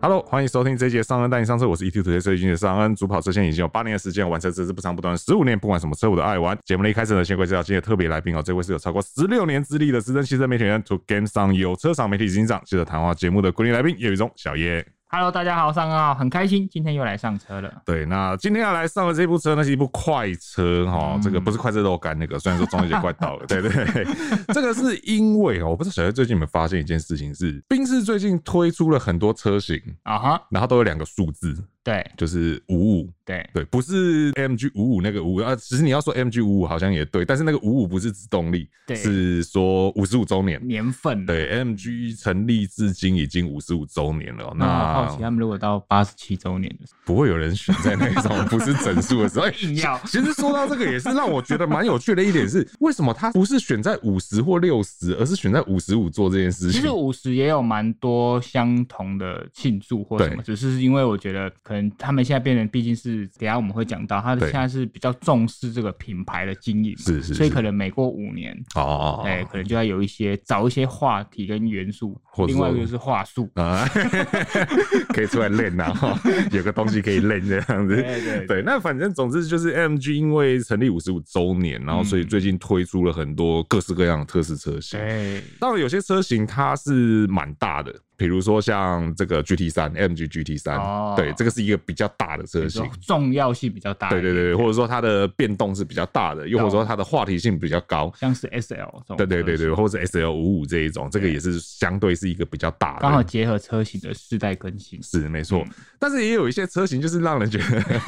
Hello，欢迎收听这一节上恩带你上车，我是 E ET 土车设计军的上恩，主跑车线已经有八年的时间，玩车真是不长不短，十五年不管什么车我都爱玩。节目的一开始呢，先介绍今天的特别来宾哦，这位是有超过十六年资历的资深汽车媒体人，To Game 上有车厂媒体执行长，接着谈话节目的固定来宾叶宇中小叶。 Hello，大家好，上岸好，很开心，今天又来上车了。对，那今天要来上的这部车呢是一部快车哈、嗯这个不是快车肉干那个，虽然说中秋节快到了，对对对，这个是因为哦，我不知道小叶最近有没有发现一件事情是，宾士最近推出了很多车型，啊哈，然后都有两个数字，对就是五五，对，对，不是 MG 五五那个五啊，其实你要说 MG 五五好像也对，但是那个五五不是指动力，对是说五十五周年。年份。对，MG 成立至今已经五十五周年了，那我嗯好奇他啊那们如果到八十七周年的时候，不会有人选在那种 不是整数的时候。哎 硬要其实说到这个，也是让我觉得蛮有趣的一点是，为什么他不是选在五十或六十，而是选在五十五做这件事其情实？五十也有蛮多相同的庆祝或什么，只是因为我觉得可能他们现在变成，毕竟是等一下我们会讲到，他对现在是比较重视这个品牌的经营嘛，是是所以是可能每过五年，哦，哎、可能就要有一些找一些话题跟元素或，者另外说一个就是话 术，啊，可以出来练啊，哈有个东西可以练这样子。对哎对对那反正总之就是 MG 因为成立五十五周年，然后所以最近推出了很多各式各样的特试车型。嗯对当然，有些车型它是蛮大的，比如说像这个 GT 三 MG GT 三、哦对，这个是一个比较大的车型就。重要性比较大一对点，哦对对，对或者说它的变动是比较大的，又或者说它的话题性比较高。像是 SL 这种，对对对对，，或者 S L 五五这一种，这个也是相对是一个比较大的。刚好嗯结合车型的世代更新，是没错，但是也有一些车型就是让人觉得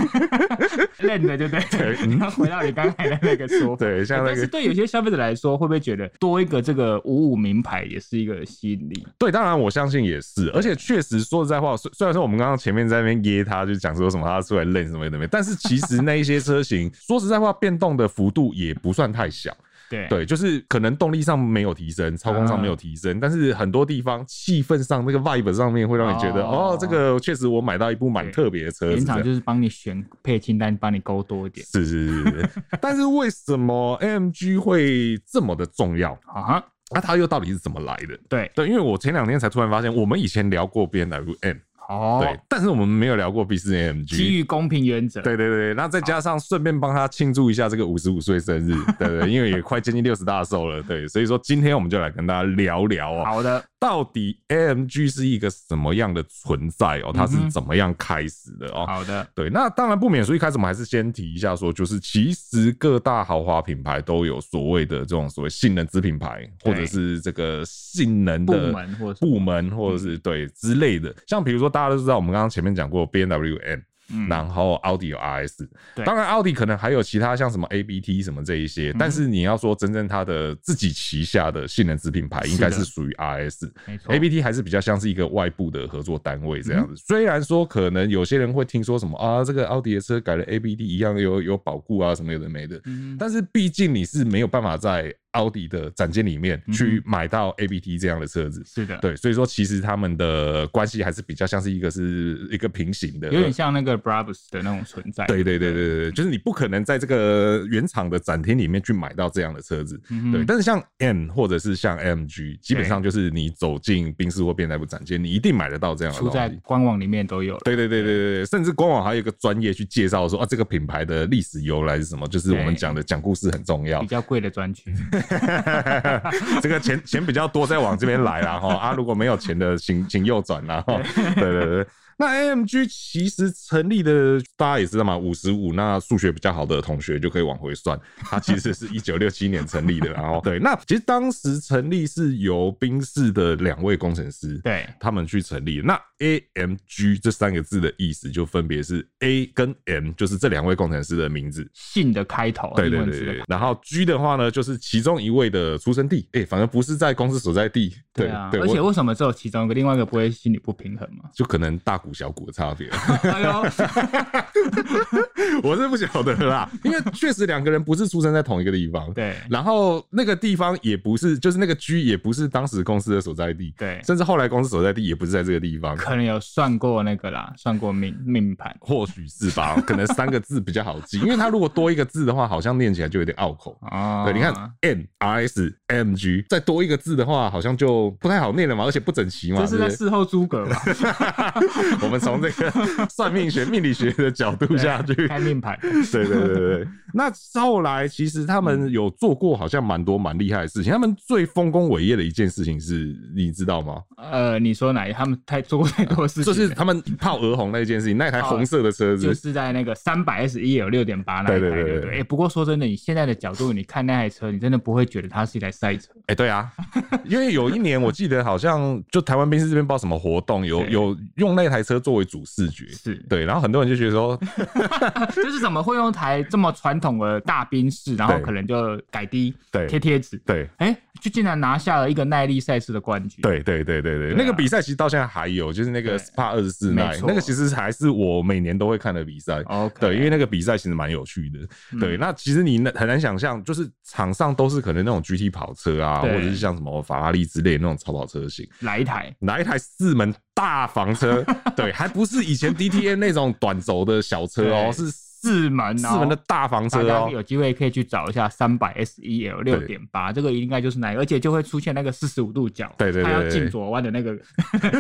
认的对不 对？ 然后回到你刚才的那个说法，对，像那但是个对有些消费者来说，会不会觉得多一个这个五五名牌也是一个吸引力？对，当然我相信也是，而且确实说实在话，虽虽然说我们刚刚前面在那边噎他，就讲说什么他出来认什么的没，但是其实那一些车型 说实在话，变动的幅度也不算太小，对对，就是可能动力上没有提升，操控上没有提升，但是很多地方气氛上那个 vibe 上面会让你觉得哦哦这个确实我买到一部蛮对特别的车子原这样，厂就是帮你选配清单，帮你勾多一点。是是是是，是但是为什么 AMG 会这么的重要？啊哈，那、它又到底是怎么来的？对，对，因为我前两天才突然发现，我们以前聊过 B N W M，哦，对，但是我们没有聊过 B 四 M 基 G。于公平原则，对对对，那再加上顺便帮他庆祝一下这个五十五岁生日， 对对，因为也快接近六十大寿了，对，所以说今天我们就来跟大家聊聊哦，好的，到底 AMG 是一个什么样的存在哦，它是嗯哼怎么样开始的哦，好的，对，那当然不免俗，一开始我们还是先提一下说，就是其实各大豪华品牌都有所谓的这种所谓性能子品牌，或对者是这个性能部的门或者部门，或嗯者是对之类的。像比如说大家都知道，我们刚刚前面讲过 B N W M。嗯然后奥迪有 RS，对嗯当然奥迪可能还有其他像什么 ABT 什么这一些，但是你要说真正它的自己旗下的性能子品牌应该是是的属于 RS，没错嗯 ABT 还是比较像是一个外部的合作单位这样子。虽然说可能有些人会听说什么啊，这个奥迪的车改了 ABT 一样有有保固啊什么有的没的，嗯但是毕竟你是没有办法在奥迪的展间里嗯面去买到 ABT 这样的车子。是的，对，所以说其实他们的关系还是比较像是一个是一个平行的，有点像那个 Brabus 的那种存在，对对对对对，就是你不可能在这个原厂的展厅里面去买到这样的车子，嗯哼对。但是像 M 或者是像 MG，基本上就是你走进宾士或变态部展间，你一定买得到这样的出东在西。官网里面都有了。对对对对对对，甚至官网还有一个专业去介绍说啊，这个品牌的历史由来是什么，就是我们对讲的讲故事很重要比。较贵的专区， 这个钱钱比较多，再往这边来啦哈啊！如果没有钱的，请请右转啦哈。对对对，那 AMG 其实成立的大家也知道嘛，五十五，那数学比较好的同学就可以往回算，它其实是一九六七年成立的，然后对，那其实当时成立是由宾士的两位工程师。对，他们去成立的那 AMG 这三个字的意思，就分别是 A 跟 M，就是这两位工程师的名字。姓的开头，对英对文对字的对，然后 G 的话呢，就是其中一位的出生地，哎、反正不是在公司所在地，对啊，对，而且我 为什么只有其中一个，另外一个不会心里不平衡嘛？就可能大股小股的差 别。哎呦，我是不晓得 啦，因为确实两个人不是出生在同一个地方，对然后那个地方也不是，就是那个区也不是当时公司的所在地，对，甚至后来公司所在地也不是在这个地方，可能有算过那个啦，算过命命盘。或许是吧，可能三个字比较好记，因为它如果多一个字的话，好像念起来就有点拗口。哦，对，你看 M R S M G，再多一个字的话，好像就不太好念了嘛，而且不整齐嘛，对这不是在对？事后诸葛吧？我们从这 个算命学、命理学的角度 下去，开命盘。对对对对对。那后来其实他们有做过好像蛮多蛮厉害的事情，他们最丰功伟业的一件事情是，你知道吗？呃，你说哪一？他们太做过太多事情就了，是他们泡鹅红那件事情，那台红色的车子 啊就，是在那个三百 S 一有六点八那一台，对对对对不对对？哎、不过说真的，以现在的角度，你看那台车，你真的不会觉得它是一台 赛车。哎、对 啊，因为有一年我记得好像就台湾宾士这边不知道什么活动，有对有用那台车作为主视觉。是， 对，然后很多人就觉得说，就是怎么会用台这么传统的大宾士，然后对可能就改低对贴贴纸，对，哎、就竟然拿下了一个耐力赛事的冠军。，对对对对对，对啊那个比赛其实到现在还有，就是那个对 SPA 二十四没耐，错哦那个其实还是我每年都会看的比赛。 OK 嗯对，因为那个比赛其实蛮有趣的。 对，那其实你那很难想象，就是场上都是可能那种 GT 跑车啊，或对者是像什么法拉利之类的那种超跑车型，来一台，拿一台四门大房 车，对，还不是以前 DTM 那种短轴的小车哦，对是四门、哦，四门的大房大车家哦。有机会可以去找一下三百 S E L 六点八，这个应该就是那一个，而且就会出现那个四十五度角，对对对对它要进左弯的 那个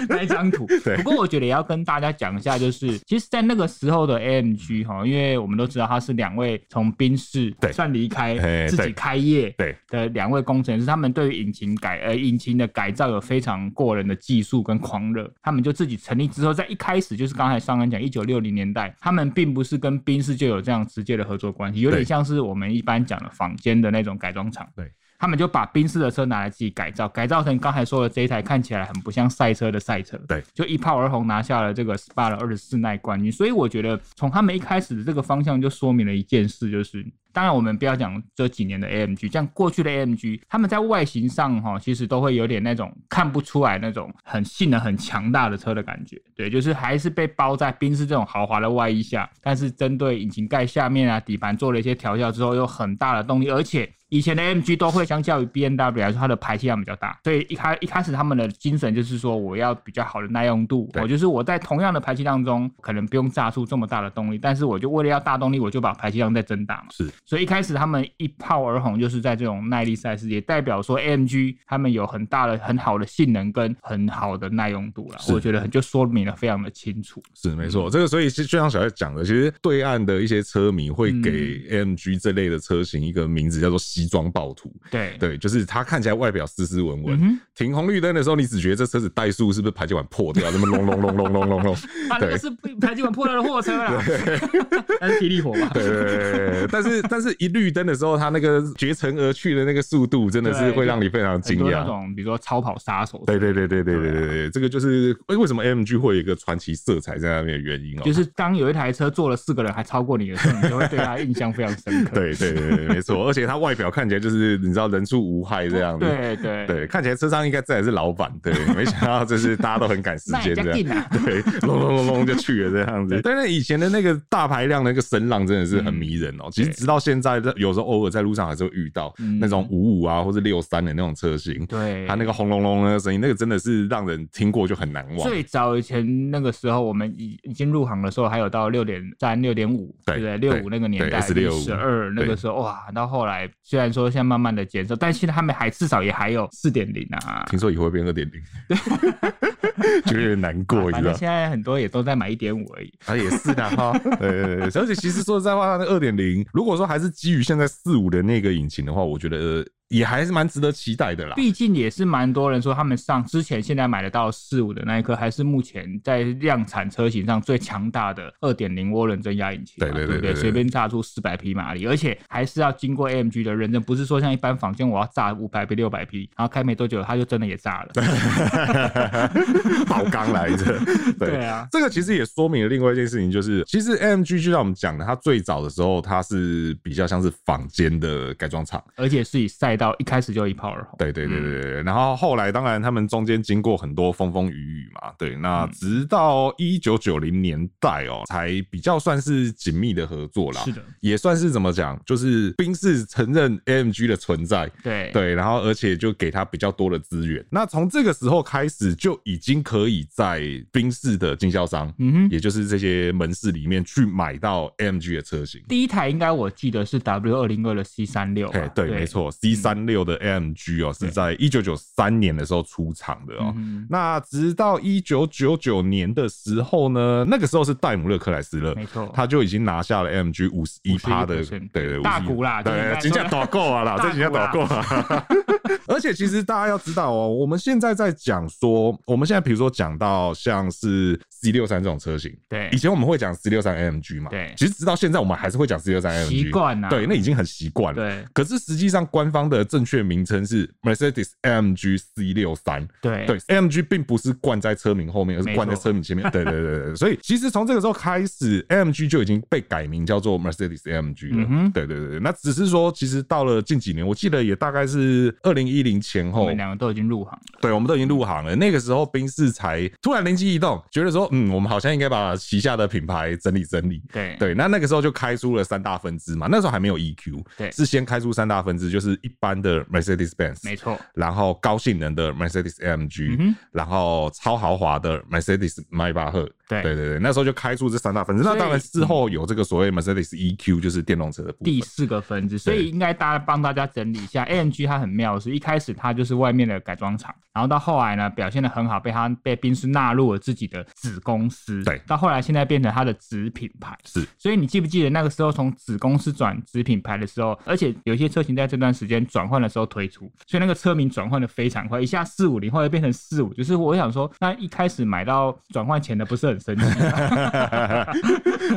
那一张图。对不过我觉得也要跟大家讲一 下，就是其实，在那个时候的 AMG 哈，因为我们都知道他是两位从宾士对算离嘿开自对己开业对的两位工程师，他们对于引擎改呃引擎的改造有非常过人的技术跟狂热，他们就自己成立之后，在一开始就是刚才上恩讲一九六零年代，他们并不是跟宾士就有这样直接的合作关系，有对点像是我们一般讲的坊间的那种改装厂。对。他们就把宾士的车拿来自己改造，改造成刚才说的这一台看起来很不像赛车的赛车。对，就一炮而红，拿下了这个 SPA 的二十四耐冠军。所以我觉得从他们一开始的这个方向就说明了一件事，就是当然我们不要讲这几年的 AMG，像过去的 AMG，他们在外形上哈，其实都会有点那种看不出来那种很性能很强大的车的感觉。对，就是还是被包在宾士这种豪华的外衣下，但是针对引擎盖下面啊、底盘做了一些调校之后，有很大的动力，而且以前的 MG 都会相较于 B N W 来说，它的排气量比较大，所以一开一开始他们的精神就是说，我要比较好的耐用度，对我就是我在同样的排气量中，可能不用炸出这么大的动力，但是我就为了要大动力，我就把排气量再增大嘛。是，所以一开始他们一炮而红，就是在这种耐力赛事，也代表说 AMG 他们有很大的、很好的性能跟很好的耐用度了是。我觉得很就说明的非常的清楚。是没嗯错，这个所以是就像小叶讲的，其实对岸的一些车迷会嗯给 AMG 这类的车型一个名字叫做“西装暴徒”，对对，就是它看起来外表斯斯文文，哎嗯哼停红绿灯的时候，你只觉得这车子怠速是不是排气管破掉，这么隆隆隆隆隆隆隆，啊，那对个是排气管破掉的货车啊 啦， 那是霹雳火吧？对对对对对，但是但是一绿灯的时候，它那个绝尘而去的那个速度，真的是对会让你非常很惊多那讶。种啊比如说超跑杀手，对对对对对对对对，这个就是为为什么 MG 会有一个传奇色彩在那边的原因哦、就是当有一台车坐了四个人还超过你的时候，你就会对它印象非常深刻。 对对对对，没错，而且它外表看起来就是你知道人畜无害这样子，对对，对，看起来车上应该自然是老板，对，没想到就是大家都很赶时 那间人家这进样。啊，对，隆隆隆隆就去了这样子。但是以前的那个大排量的那个声浪真的嗯是很迷人哦、其实直到现在，有时候偶尔在路上还是会遇到嗯那种五五啊或者六三的那种车型，对，它那个轰隆隆的声音，那个真的是让人听过就很难忘。最早以前那个时候，我们已已经入行的时候，还有到六点三、六点五，对对不对？对六五那个年代，对十二那对个时候，哇，到后来虽然说现在慢慢的减少，但现在他们还至少也还有四点零啊。听说以后会变二点零， 就有点难 过，你啊反知正道。现在很多也都在买一点五而已。啊，也是的 哈，对对对，而且其实说实在话，那二点零，如果说还是基于现在四五的那个引擎的话，我觉得、呃也还是蛮值得期待的啦。毕竟也是蛮多人说，他们上之前现在买得到四五的那一颗，还是目前在量产车型上最强大的二点零涡轮增压引擎嘛，对对对不对对随便炸出四百匹马力，而且还是要经过 AMG 的认证，不是说像一般坊间我要炸五百匹、六百匹，然后开没多久它就真的 也炸了。 爆缸来着。对对啊这个其实也说明了另外一件事情，就是其实 AMG 就像我们讲的，它最早的时候它是比较像是坊间的改装厂，而且是以赛开到一开始就一炮而红。对对对对对，然后后来当然他们中间经过很多风风雨雨嘛，对，嗯那直到一九九零年代哦、才比较算是紧密的合作啦，是的，也算是怎么讲，就是宾士承认 AMG 的存在，对对，然后而且就给他比较多的资源。那从这个时候开始，就已经可以在宾士的经销商，嗯哼也就是这些门市里面去买到 AMG 的车型。第一台应该我记得是 W 二零二的 C 三六啊嘿，，哎对，没，错，C 三六的 AMG 哦，是嗯对在一九九三年的时候出厂的哦。嗯那直到一九九九年的时候呢，那个时候是戴姆勒克莱斯勒哼，，没错，他就已经拿下了 MG 五十一趴的，对51%对，大51%股啦这应对该，金价 说导购啊啦，大这金价股啦导购啊。 而且其实大家要知道哦，我们现在在讲说，我们现在比如说讲到像是 C 六三这种车型，对以，前我们会讲 C 六三 MG 嘛，对其实直到现在我们还是会讲 C 六三 MG，习惯啊对，那已经很习惯了。对可是实际上，官方的正确名称是 Mercedes AMG C 六三，对对，AMG 并不是冠在车名后面，而是哎没冠在错车名前 面。对对对对，所以其实从这个时候开始，AMG 就已经被改名叫做 Mercedes AMG 了。嗯哼对对对对，那只是说，其实到了近几年，我记得也大概是二零一零前我后们，两个都已经入行了，对，我们都已经入行了。那个时候，宾士才突然灵机一动，觉得说，嗯，我们好像应该把旗下的品牌整理整理。对对，那那个时候就开出了三大分支嘛，那时候还没有 E EQ，对是先开出三大分支，就是一般的 Mercedes-Benz，没错，然后高性能的 Mercedes AMG，、嗯哼然后超豪华的 Mercedes 迈巴赫。对对对对，那时候就开出这三大分支。那所以当然事后有这个所谓 Mercedes EQ，就是电动车的部分第。四个分支，所对以应该大家帮大家整理一下。AMG 它很妙的是，一开始它就是外面的改装厂，然后到后来呢表现的很好，被它被宾士纳入了自己的子公司，对到后来现在变成它的子品牌。是，所以你记不记得那个时候从子公司转子品牌的时候，而且有些车型在这段时间转换的时候推出，所以那个车名转换的非常快，一下四五零，后来变成四五，就是我想说，那一开始买到转换前的不是很生气吗？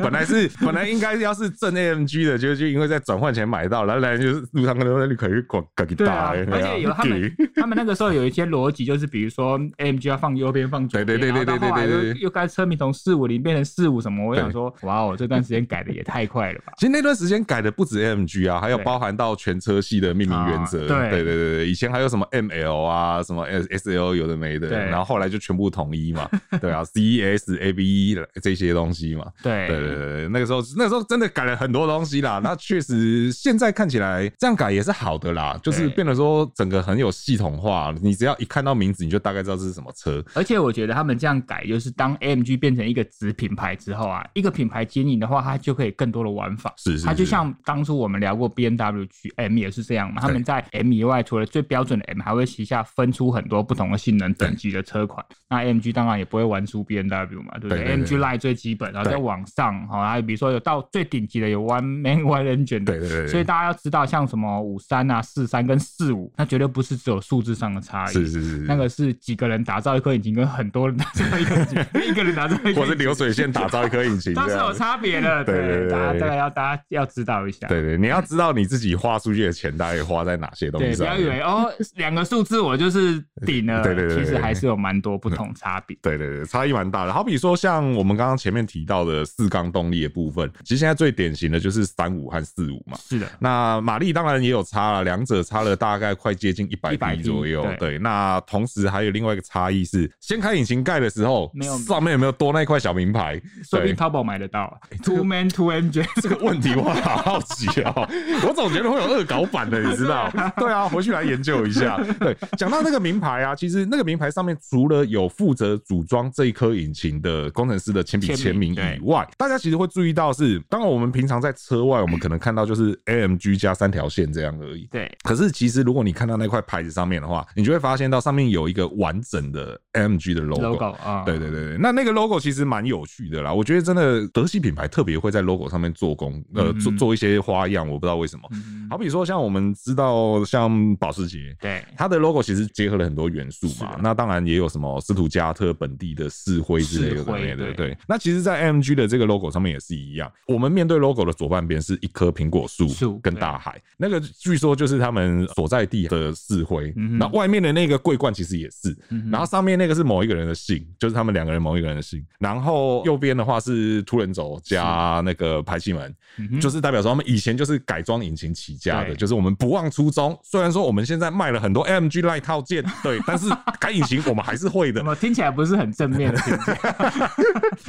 本来是本来应该要是正 AMG 的，就就因为在转换前买到，然后来就是路上可能你可以广搞给对啊打，欸，而且有他们，他们那个时候有一些逻辑，就是比如说 AMG 要放右边，放左对边，对对对然后到后来对对又对对？又该车名从四五零变成四五什么，我想说，哇哦，这段时间改的也太快了吧其实那段时间改的不止 AMG 啊，还有对包含到全车系的命名原则。啊对对对对对以前还有什么 ML 啊，什么 S SL 有的没的，对然后后来就全部统一 嘛。对啊，CES、ABE E 这些东西嘛。对对对对，那个时候那个时候真的改了很多东西 啦。那确实现在看起来这样改也是好的啦，就是变得说整个很有系统化，你只要一看到名字你就大概知道这是什么车。而且我觉得他们这样改，就是当 AMG 变成一个子品牌之后啊，一个品牌经营的话，它就可以更多的玩法。是是它就是像当初我们聊过 B N W 区 M 也是这样嘛，他们在 M 以外，除了最标准的 M，还会旗下分出很多不同的性能等级的车款。那 M G 当然也不会玩出 B N W 嘛，对不对对对 m 对 G Line 最基本，然后对再往上，好，还有比如说有到最顶级的有 One Man One Engine 的对对对对所以大家要知道，像什么五三啊、四三跟四五，那绝对不是只有数字上的差异，是是是，那个是几个人打造一颗引擎，跟很多人打造一颗 引擎，一个人打造一颗或是引擎，流水线打造一颗引 擎，它这是有样。差别的。对对对大对家大概要大家要知道一下。对对，你要知道你自己花出去的钱大概花在哪些东西对，不上要以面。为哦，两个数字我就是顶了，啊 对对对对对其实还是有蛮多 不同差别。对对对，差异蛮大的。好比说，像我们刚刚前面提到的四缸动力的部分，其实现在最典型的就是三五和四五嘛。是的，那马力当然也有差了，两者差了大概快接近一百100匹匹左右。对对，那同时还有另外一个差异是，掀开引擎盖的时候，没有上面有没有多那一块小名牌？说对不哎定，淘宝买得到。啊这个 Two man two engine， 这个问题我好好奇哦、我总觉得会有恶搞版的，你知 道？对啊，回去来研究一下。对，讲到那个名牌啊，其实那个名牌上面除了有负责组装这一颗引擎的工程师的铅笔签签名名以外，大家其实会注意到是，当然我们平常在车外，我们可能看到就是 AMG 加三条线这样而已。对，可是其实如果你看到那块牌子上面的话，你就会发现到上面有一个完整的 AMG 的 logo 啊，对对对对，那那个 logo 其实蛮有趣的啦，我觉得真的德系品牌特别会在 logo 上面做工，呃，嗯做做一些花样，我不知道为什么。嗯，好比说，像我们知道，像保时捷。对它的 logo 其实结合了很多元素是嘛的，那当然也有什么斯图加特本地的市徽之类的之类的。灰对对，那其实，在 AMG 的这个 logo 上面也是一样，我们面对 logo 的左半边是一棵苹果树树跟大海，那个据说就是他们所在地的市徽嗯。哼那、外面的那个桂冠其实也是，嗯哼然后上面那个是某一个人的姓，就是他们两个人某一个人的姓。然后右边的话是突人轴加那个排气门，嗯哼就是代表说他们以前就是改装引擎起家的，对就是我们不忘初衷。虽然说我们现在卖了很多 AMG Line 套 件，对，但是改引擎我们还是会的怎。么听起来不是很正面 的评价？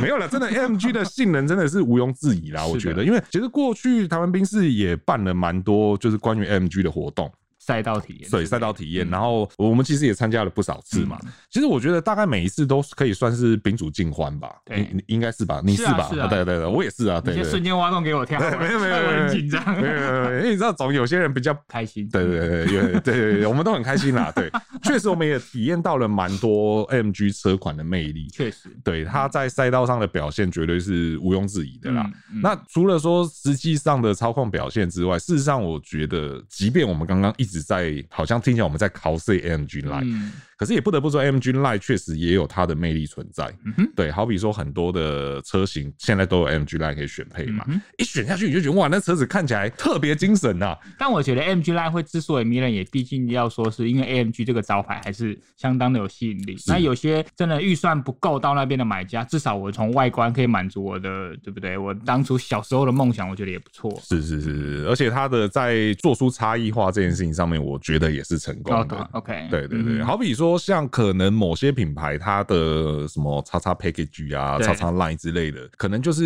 没有了，真的 AMG 的性能真的是毋庸置疑啦，是的我觉得，因为其实过去台湾兵士也办了蛮多就是关于 AMG 的活动，赛道体验之类对的，赛道体验，嗯然后我们其实也参加了不少次嘛。其实我觉得大概每一次都可以算是宾主尽欢吧，对你你应该是吧？你是啊吧？是啊哦对对对，我也是啊，对你对就瞬对。间挖洞给我跳，对 没有没有害 我没有很紧张，没有没有 没有因为你知道，总有些人比较开心，嗯对对对对对对对对，我们都很开心啦。对，确实我们也体验到了蛮多 MG 车款的魅力。确实对，他在赛道上的表现绝对是毋庸置疑的啦。。嗯嗯那除了说实际上的操控表现之外，事实上我觉得，即便我们刚刚一直在好像听起来我们在 cos AMG Line，、嗯可是也不得不说，AMG Line 确实也有它的魅力存在。嗯哼对，好比说很多的车型现在都有 AMG Line 可以选配嘛，嗯哼一选下去你就觉得哇，那车子看起来特别精神啊呐、但我觉得 AMG Line 会之所以迷人，也毕竟要说是因为 AMG 这个招牌还是相当的有吸引力。那有些真的预算不够到那边的买家，至少我从外观可以满足我的，对不对？我当初小时候的梦想，我觉得也不错。是是是是，而且它的在做出差异化这件事情上面，我觉得也是成功的。哦 OK，对对对，啊嗯好比说像可能某些品牌它的什么叉叉 package 啊、对叉叉 line 之类的，可能就是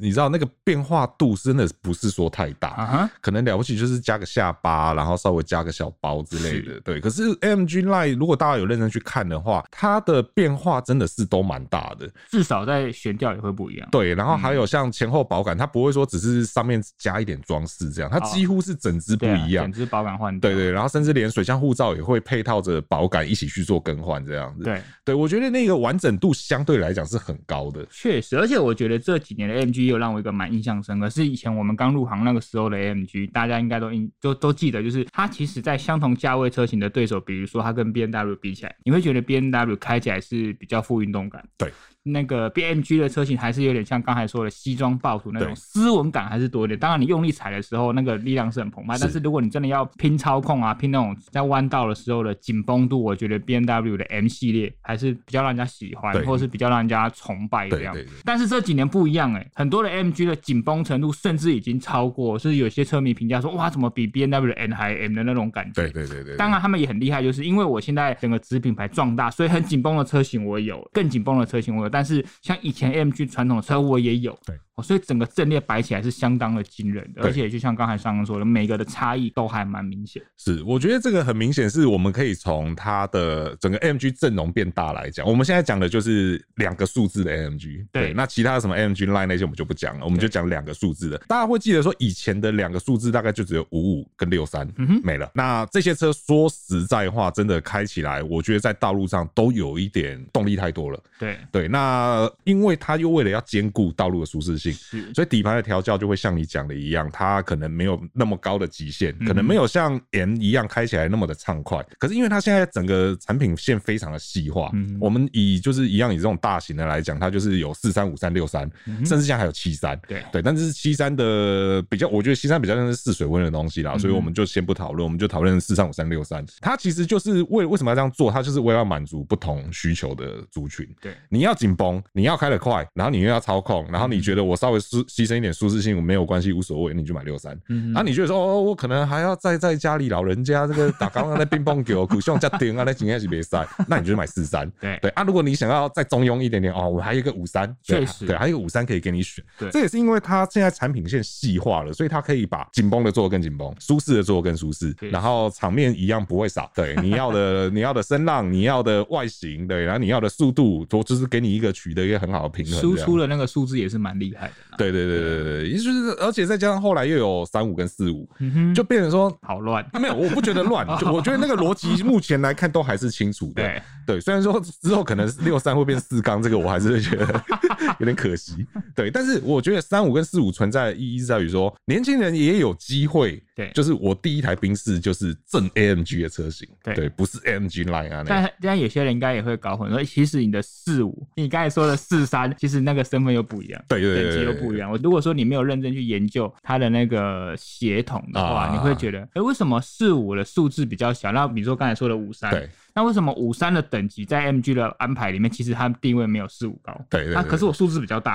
你知道那个变化度真的不是说太啊大，哈，可能了不起就是加个下巴，然后稍微加个小包之类的。对，可是 AMG line 如果大家有认真去看的话，它的变化真的是都蛮大的。至少在悬吊也会不一样。对，然后还有像前后保感，它不会说只是上面加一点装饰这样，它几乎是整只不哦对啊，一样整。只嗯保感换掉对对，然后甚至连水箱护罩也会配套着保感一起去做更换，这样子。对，对，我觉得那个完整度相对来讲是很高的。确实，而且我觉得这几年的 AMG 有让我一个蛮印象深刻，是以前我们刚入行那个时候的 AMG，大家应该都印都都记得，就是它其实在相同价位车型的对手，比如说它跟 B N W 比起来，你会觉得 B N W 开起来是比较富运动感，对，那个 B M G 的车型还是有点像刚才说的西装暴徒那对种斯文感还是多一点。当然你用力踩的时候，那个力量是很澎湃，是但是如果你真的要拼操控啊，拼那种在弯道的时候的紧绷度，我觉得 B N W 的 M 系列还是比较让人家喜欢对，或是比较让人家崇拜对这样对对。但是这几年不一样哎、很多的 MG 的紧绷程度甚至已经超过，是有些车迷评价说哇，怎么比 B N W N 还 M 的那种感觉。对对对对，当然，他们也很厉害，就是因为我现在整个子品牌壮大，所以很紧绷的车型我有，更紧绷的车型我有，但是像以前 MG 传统的车我也有，对哦，所以整个阵列摆起来是相当的惊人的，对而且就像刚才上刚说的，每个的差异都还蛮明显。是我觉得这个很明显是我们可以从它的整个 AMG 阵容变大来讲。我们现在讲的就是两个数字的 AMG，对那其他什么 AMG Line 那些我们就不讲了，我们就讲两个数字的。大家会记得说以前的两个数字大概就只有五五跟六三、嗯哼没了。那这些车说实在话，真的开起来，我觉得在道路上都有一点动力太多了。对，对，那因为它又为了要兼顾道路的舒适性，是，所以底盘的调教就会像你讲的一样，它可能没有那么高的极限，嗯可能没有像 M 一样开起来那么的畅快。可是因为它现在整个产品线非常的细化，嗯我们以就是一样以这种大型的来讲，它就是有四三、五三、六三，嗯甚至像还有七三。对对，但是七三的比较，我觉得七三比较像是试水温的东西嗯啦，所以我们就先不讨论，我们就讨论四三五三六三。它其实就是为为什么要这样做？它就是为了要满足不同需求的族群。对，你要紧绷，你要开得快，然后你又要操控，然后你觉得我稍微舒牺牲一点舒适性没有关系，无所谓，你就买六三。嗯然后你觉得说哦，我可能还要再在家里老人家这个打刚刚那乒乓球，苦希望加顶啊，那今天是别塞，那你就买四三。对对啊，如果你想要再中庸一点点哦，我还有一个五三，对确实对，还有一个五三可以给你选。对这也是因为它现在产品线细化了，所以它可以把紧绷的做得更紧绷，舒适的做得更舒适，对然后场面一样不会少。对，你要 的你要的声浪，你要的外形，对，然后你要的速度，我就是给你一个取得一个很好的平衡。输出了，的那个数字也是蛮厉害害的。对对对对对，也就是而且再加上后来又有三五跟四五，嗯哼，就变成说啊好乱。没有，我不觉得乱，就我觉得那个逻辑目前来看都还是清楚的。对对，虽然说之后可能六三会变四缸，这个我还是会觉得 有点可惜。对，但是我觉得三五跟四五存在的意义是在于说，年轻人也有机会。对就是我第一台宾士就是正 AMG 的车型，对不是 AMG Line 啊那个。但但有些人应该也会搞混，说其实你的四五，你刚才说的四三，其实那个身份又不一样，对对对等级对又对不一样。我如果说你没有认真去研究它的那个血统的话，啊你会觉得，哎、为什么四五的数字比较小？那比如说刚才说的五三，对那为什么五三的等级在 MG 的安排里面，其实它定位没有四五高？对对啊，对可是我数字比较 大，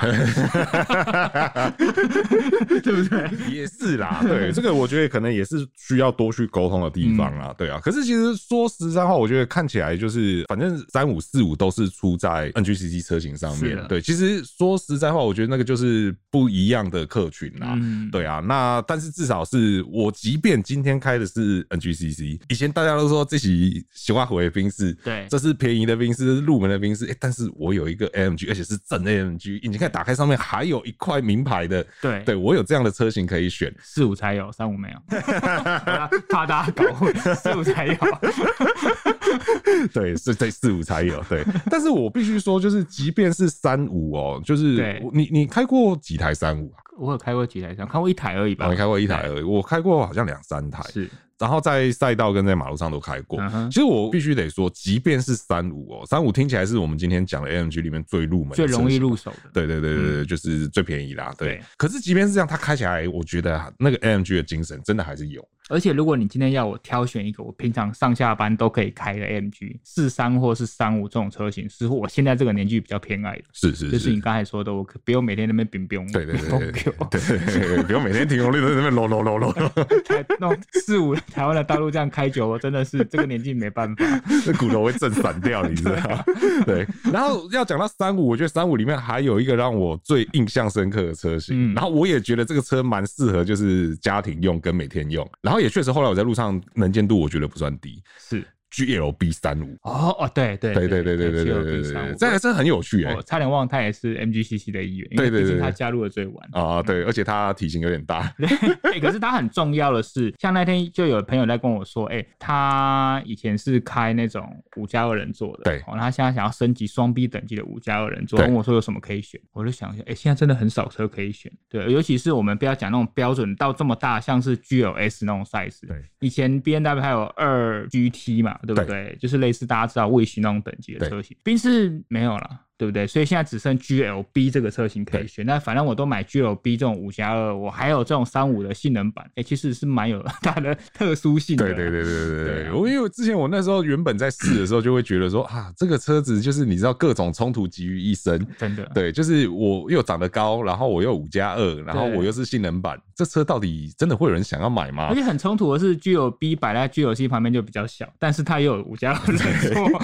对不对？也是啦， 对，这个我觉得可能也是需要多去沟通的地方嗯啦，对啊。可是其实说实在话，我觉得看起来就是，反正三五四五都是出在 NGCC 车型上是啊面的，对。其实说实在话，我觉得那个就是不一样的客群啦。嗯，对 啊，那但是至少是我，即便今天开的是 NGCC，以前大家都说这是喜欢回的宾士，对这是便宜的宾士，这是入门的宾士，诶但是我有一个 AMG，而且是正 AMG，引擎盖打开上面还有一块名牌的，对对我有这样的车型可以 选，四五才有，三五没有， 怕大家搞混，四五才有。对，是这四五才有。对，但是我必须说，就是即便是三五哦，就是对我你你开过几台三五啊？我有开过几台车，看过一台而已吧。我开过一台而已，我开过好像两三台，是，然后在赛道跟在马路上都开过。嗯哼其实我必须得说，即便是三五哦，三五听起来是我们今天讲的 AMG 里面最入门、最容易。入手的。对对对对对，嗯就是最便宜啦。对对，可是即便是这样，它开起来，我觉得啊那个 AMG 的精神真的还是有。而且如果你今天要我挑选一个我平常上下班都可以开的 MG 四三或是三五这种车型，是我现在这个年纪比较偏爱的。是是就是是你，刚才说的，我可不用每天那边冰 冰，对对对冰对冰对对，对不用每天停红绿灯在那边喽喽喽喽喽。台那种四五台湾的道路这样开久，我真的是这个年纪没办法。 那骨头会震散掉，你知道吗？ 对。然后要讲到三五，我觉得三五里面还有一个让我最印象深刻的车型，嗯然后我也觉得这个车蛮适合就是家庭用跟每天用，然后也确实后来我在路上能见度我觉得不算低是， ，GLB 三五。哦哦，对对对对对对对对对对对，这个这车很有趣哎、我差点忘了他也是 MGCC 的一员，因对为对毕竟对他加入的最晚。啊，对，而且它体型有点大，欸，可是它很重要的是，像那天就有朋友在跟我说，哎、他以前是开那种五加二人座的，对哦，他现在想要升级双 B 等级的五加二人座，对问我说有什么可以选，我就想一下，哎、现在真的很少车可以选，对，尤其是我们不要讲那种标准到这么大，像是 GLS 那种 size，对，以前 B N W 还有二 G T 嘛，对不对？就是类似大家知道卫星那种等级的对车型，宾士没有了。对不对？所以现在只剩 GLB 这个车型可以对选。那反正我都买 GLB 这种五加二，我还有这种三五的性能版，哎，其实是蛮有 它的特殊性的。对对对对对对对啊对，我因为之前我那时候原本在试的时候，就会觉得说啊，这个车子就是你知道各种冲突集于一 身，真的。对，就是我又长得高，然后我又五加二，然后对我又是性能版，这车到底真的会有人想要买吗 而？且很冲突的是，GLB 摆在 GLC 旁边就比较小，但是它又有五加二 人座，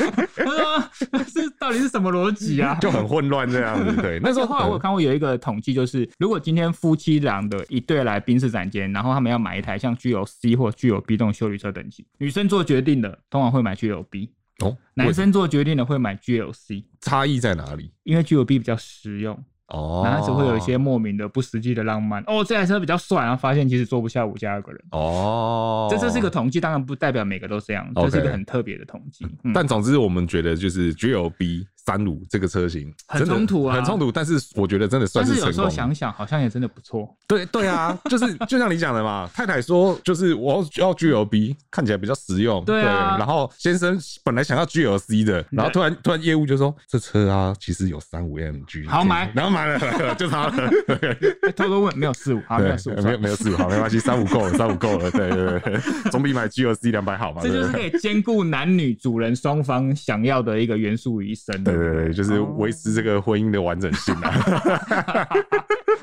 这到啊底是什么逻辑啊？就很混乱这样 子。对，那那时候时呃候后来我有看过有一个统计，就是如果今天夫妻俩的一对来宾士展间，然后他们要买一台像 GLC 或 GLB 这种修理车等级，女生做决定的通常会买 GLB，哦，男问生做决定的会买 GLC，差异在哪里？因为 GLB 比较实用，哦，男孩子会有一些莫名的不实际的浪漫。哦，这台车比较帅，然后发现其实坐不下五加二个人。哦，这这是一个。统计，当然不代表每个都这样，这 OK 是一个很特别的统计。嗯但总之，我们觉得就是 GLB 三五这个车型很真的冲突啊很冲突。但是我觉得真的算但是是成有时候功。想想，好像也真的不错。对对啊，就是就像你讲的嘛，太太说就是我要要 GLB，看起来比较实用。对啊然后先生本来想要 GLC 的，然后突然突然业务就说这车啊其实有三五 MG，好买然后买了就他了。对哎偷偷问，没有四五，好，没有四五，没有没有四五好，没关系，三五够了，三五够了，对对对，总比买 GLC 两百好嘛。这就是可对以兼顾男女主人双方想要的一个元素于一身。对对对，就是维持这个婚姻的完整性啊。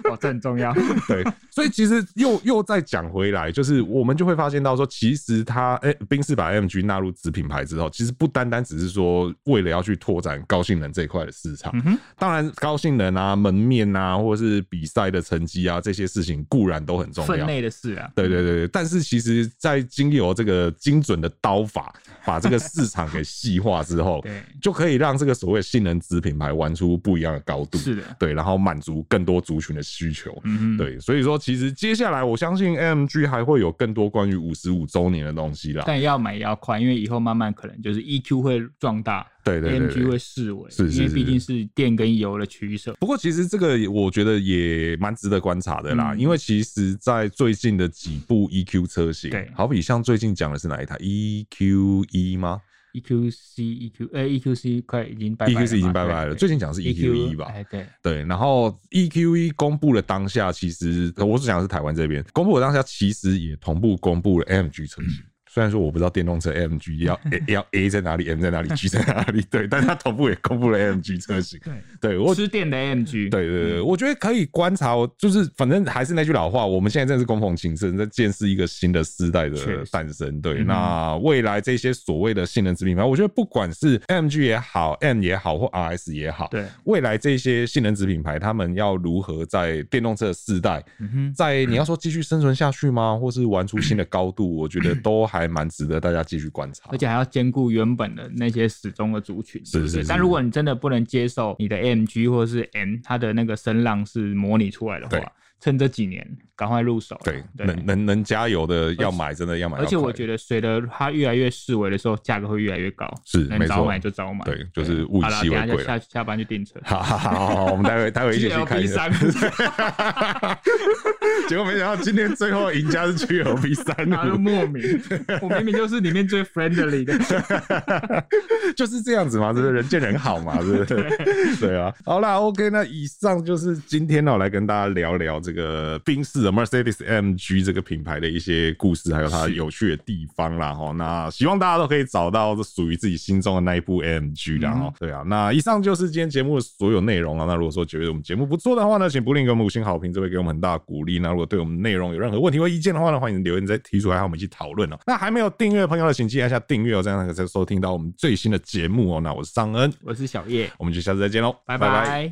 哦，这很重要。对， 所以其实又又再讲回来，就是我们就会发现到说，其实它哎，宾士把 MG 纳入子品牌之后，其实不单单只是说为了要去拓展高性能这一块的市场，嗯哼，当然高性能啊、门面啊，或者是比赛的成绩啊，这些事情固然都很重分要。内的事啊，对对对对，但是其实，在经由这个精准的刀法，把这个市场给细化之后， 对。就可以让这个所谓为性能子品牌玩出不一样的高度，是的，对，然后满足更多族群的需求。嗯，，对，所以说其实接下来我相信 AMG 还会有更多关于五十五周年的东西啦。但要买也要快，因为以后慢慢可能就是 EQ 会壮大对对对对，AMG 会视为，是是因为是毕竟是电跟油的取舍，不过其实这个也我觉得也蛮值得观察的啦，嗯因为其实，在最近的几部 EQ 车型对，好比像最近讲的是哪一台 EQ 一吗 E EQC、EQ 呃 EQC 快已经拜拜了嘛？EQC E 已经拜拜了，对最近讲的是 EQ EQ 一吧？哎，对，对，然后 EQ 一公布了当下，其实呃我是讲的是台湾这边公布了当下，其实也同步公布了 AMG 车嗯型。虽然说我不知道电动车 AMG 要 A, 要 A 在哪里，M 在哪里，G 在哪里，对，但它同步也公布了 AMG 车型。对，对我吃电的 AMG，对对对，我觉得可以观察，我就是反正还是那句老话，我们现在正是供奉情圣，在见识一个新的世代确的实诞生。对，嗯那未来这些所谓的性能子品牌，我觉得不管是 M G 也好，M 也好，或 R S 也好，对，未来这些性能子品牌，他们要如何在电动车的世代，嗯哼，在你要说继续生存下去 吗，或是玩出新的高度，我觉得都还蛮值得大家继续观察而。且还要兼顾原本的那些始终的族群，是对不是对是但如果你真的不能接受你的 AMG 或者是 M，它的那个声浪是模拟出来的对话，趁这几年赶快入手啦。对，对能。能能加油的要买，真的要买要快。而且我觉得，随着它越来越示威的时候，价格会越来越高。是能没早错买就早买。对就是物以好啦稀为等一下贵啦下下班就订车。好好好好，我们待 会待会一起去看一 GLB 下。三， 结果没想到今天最后赢家是 G L B 三 然后就 莫名，我明明就是里面最 friendly 的。就是这样子嘛，这是人见人好嘛，是不 是？ 对啊，好啦，OK，那以上就是今天呢、我来跟大家聊聊这个宾士的 Mercedes MG 这个品牌的一些故事，还有它是有趣的地方啦。哈，那希望大家都可以找到这属于自己心中的那一部 MG 啦。哈、对啊，那以上就是今天节目的所有内容了。那如果说觉得我们节目不错的话呢，请不吝给我们五星好评，这会给我们很大的鼓励。那如果对我们内容有任何问题或意见的话呢，欢迎留言再提出来，和我们一起讨论哦。那还没有订阅的朋友呢，请记得按下订阅哦，这样才能收听到我们最新的节目哦。那我是尚恩，我是小叶，我们就下次再见喽，拜拜。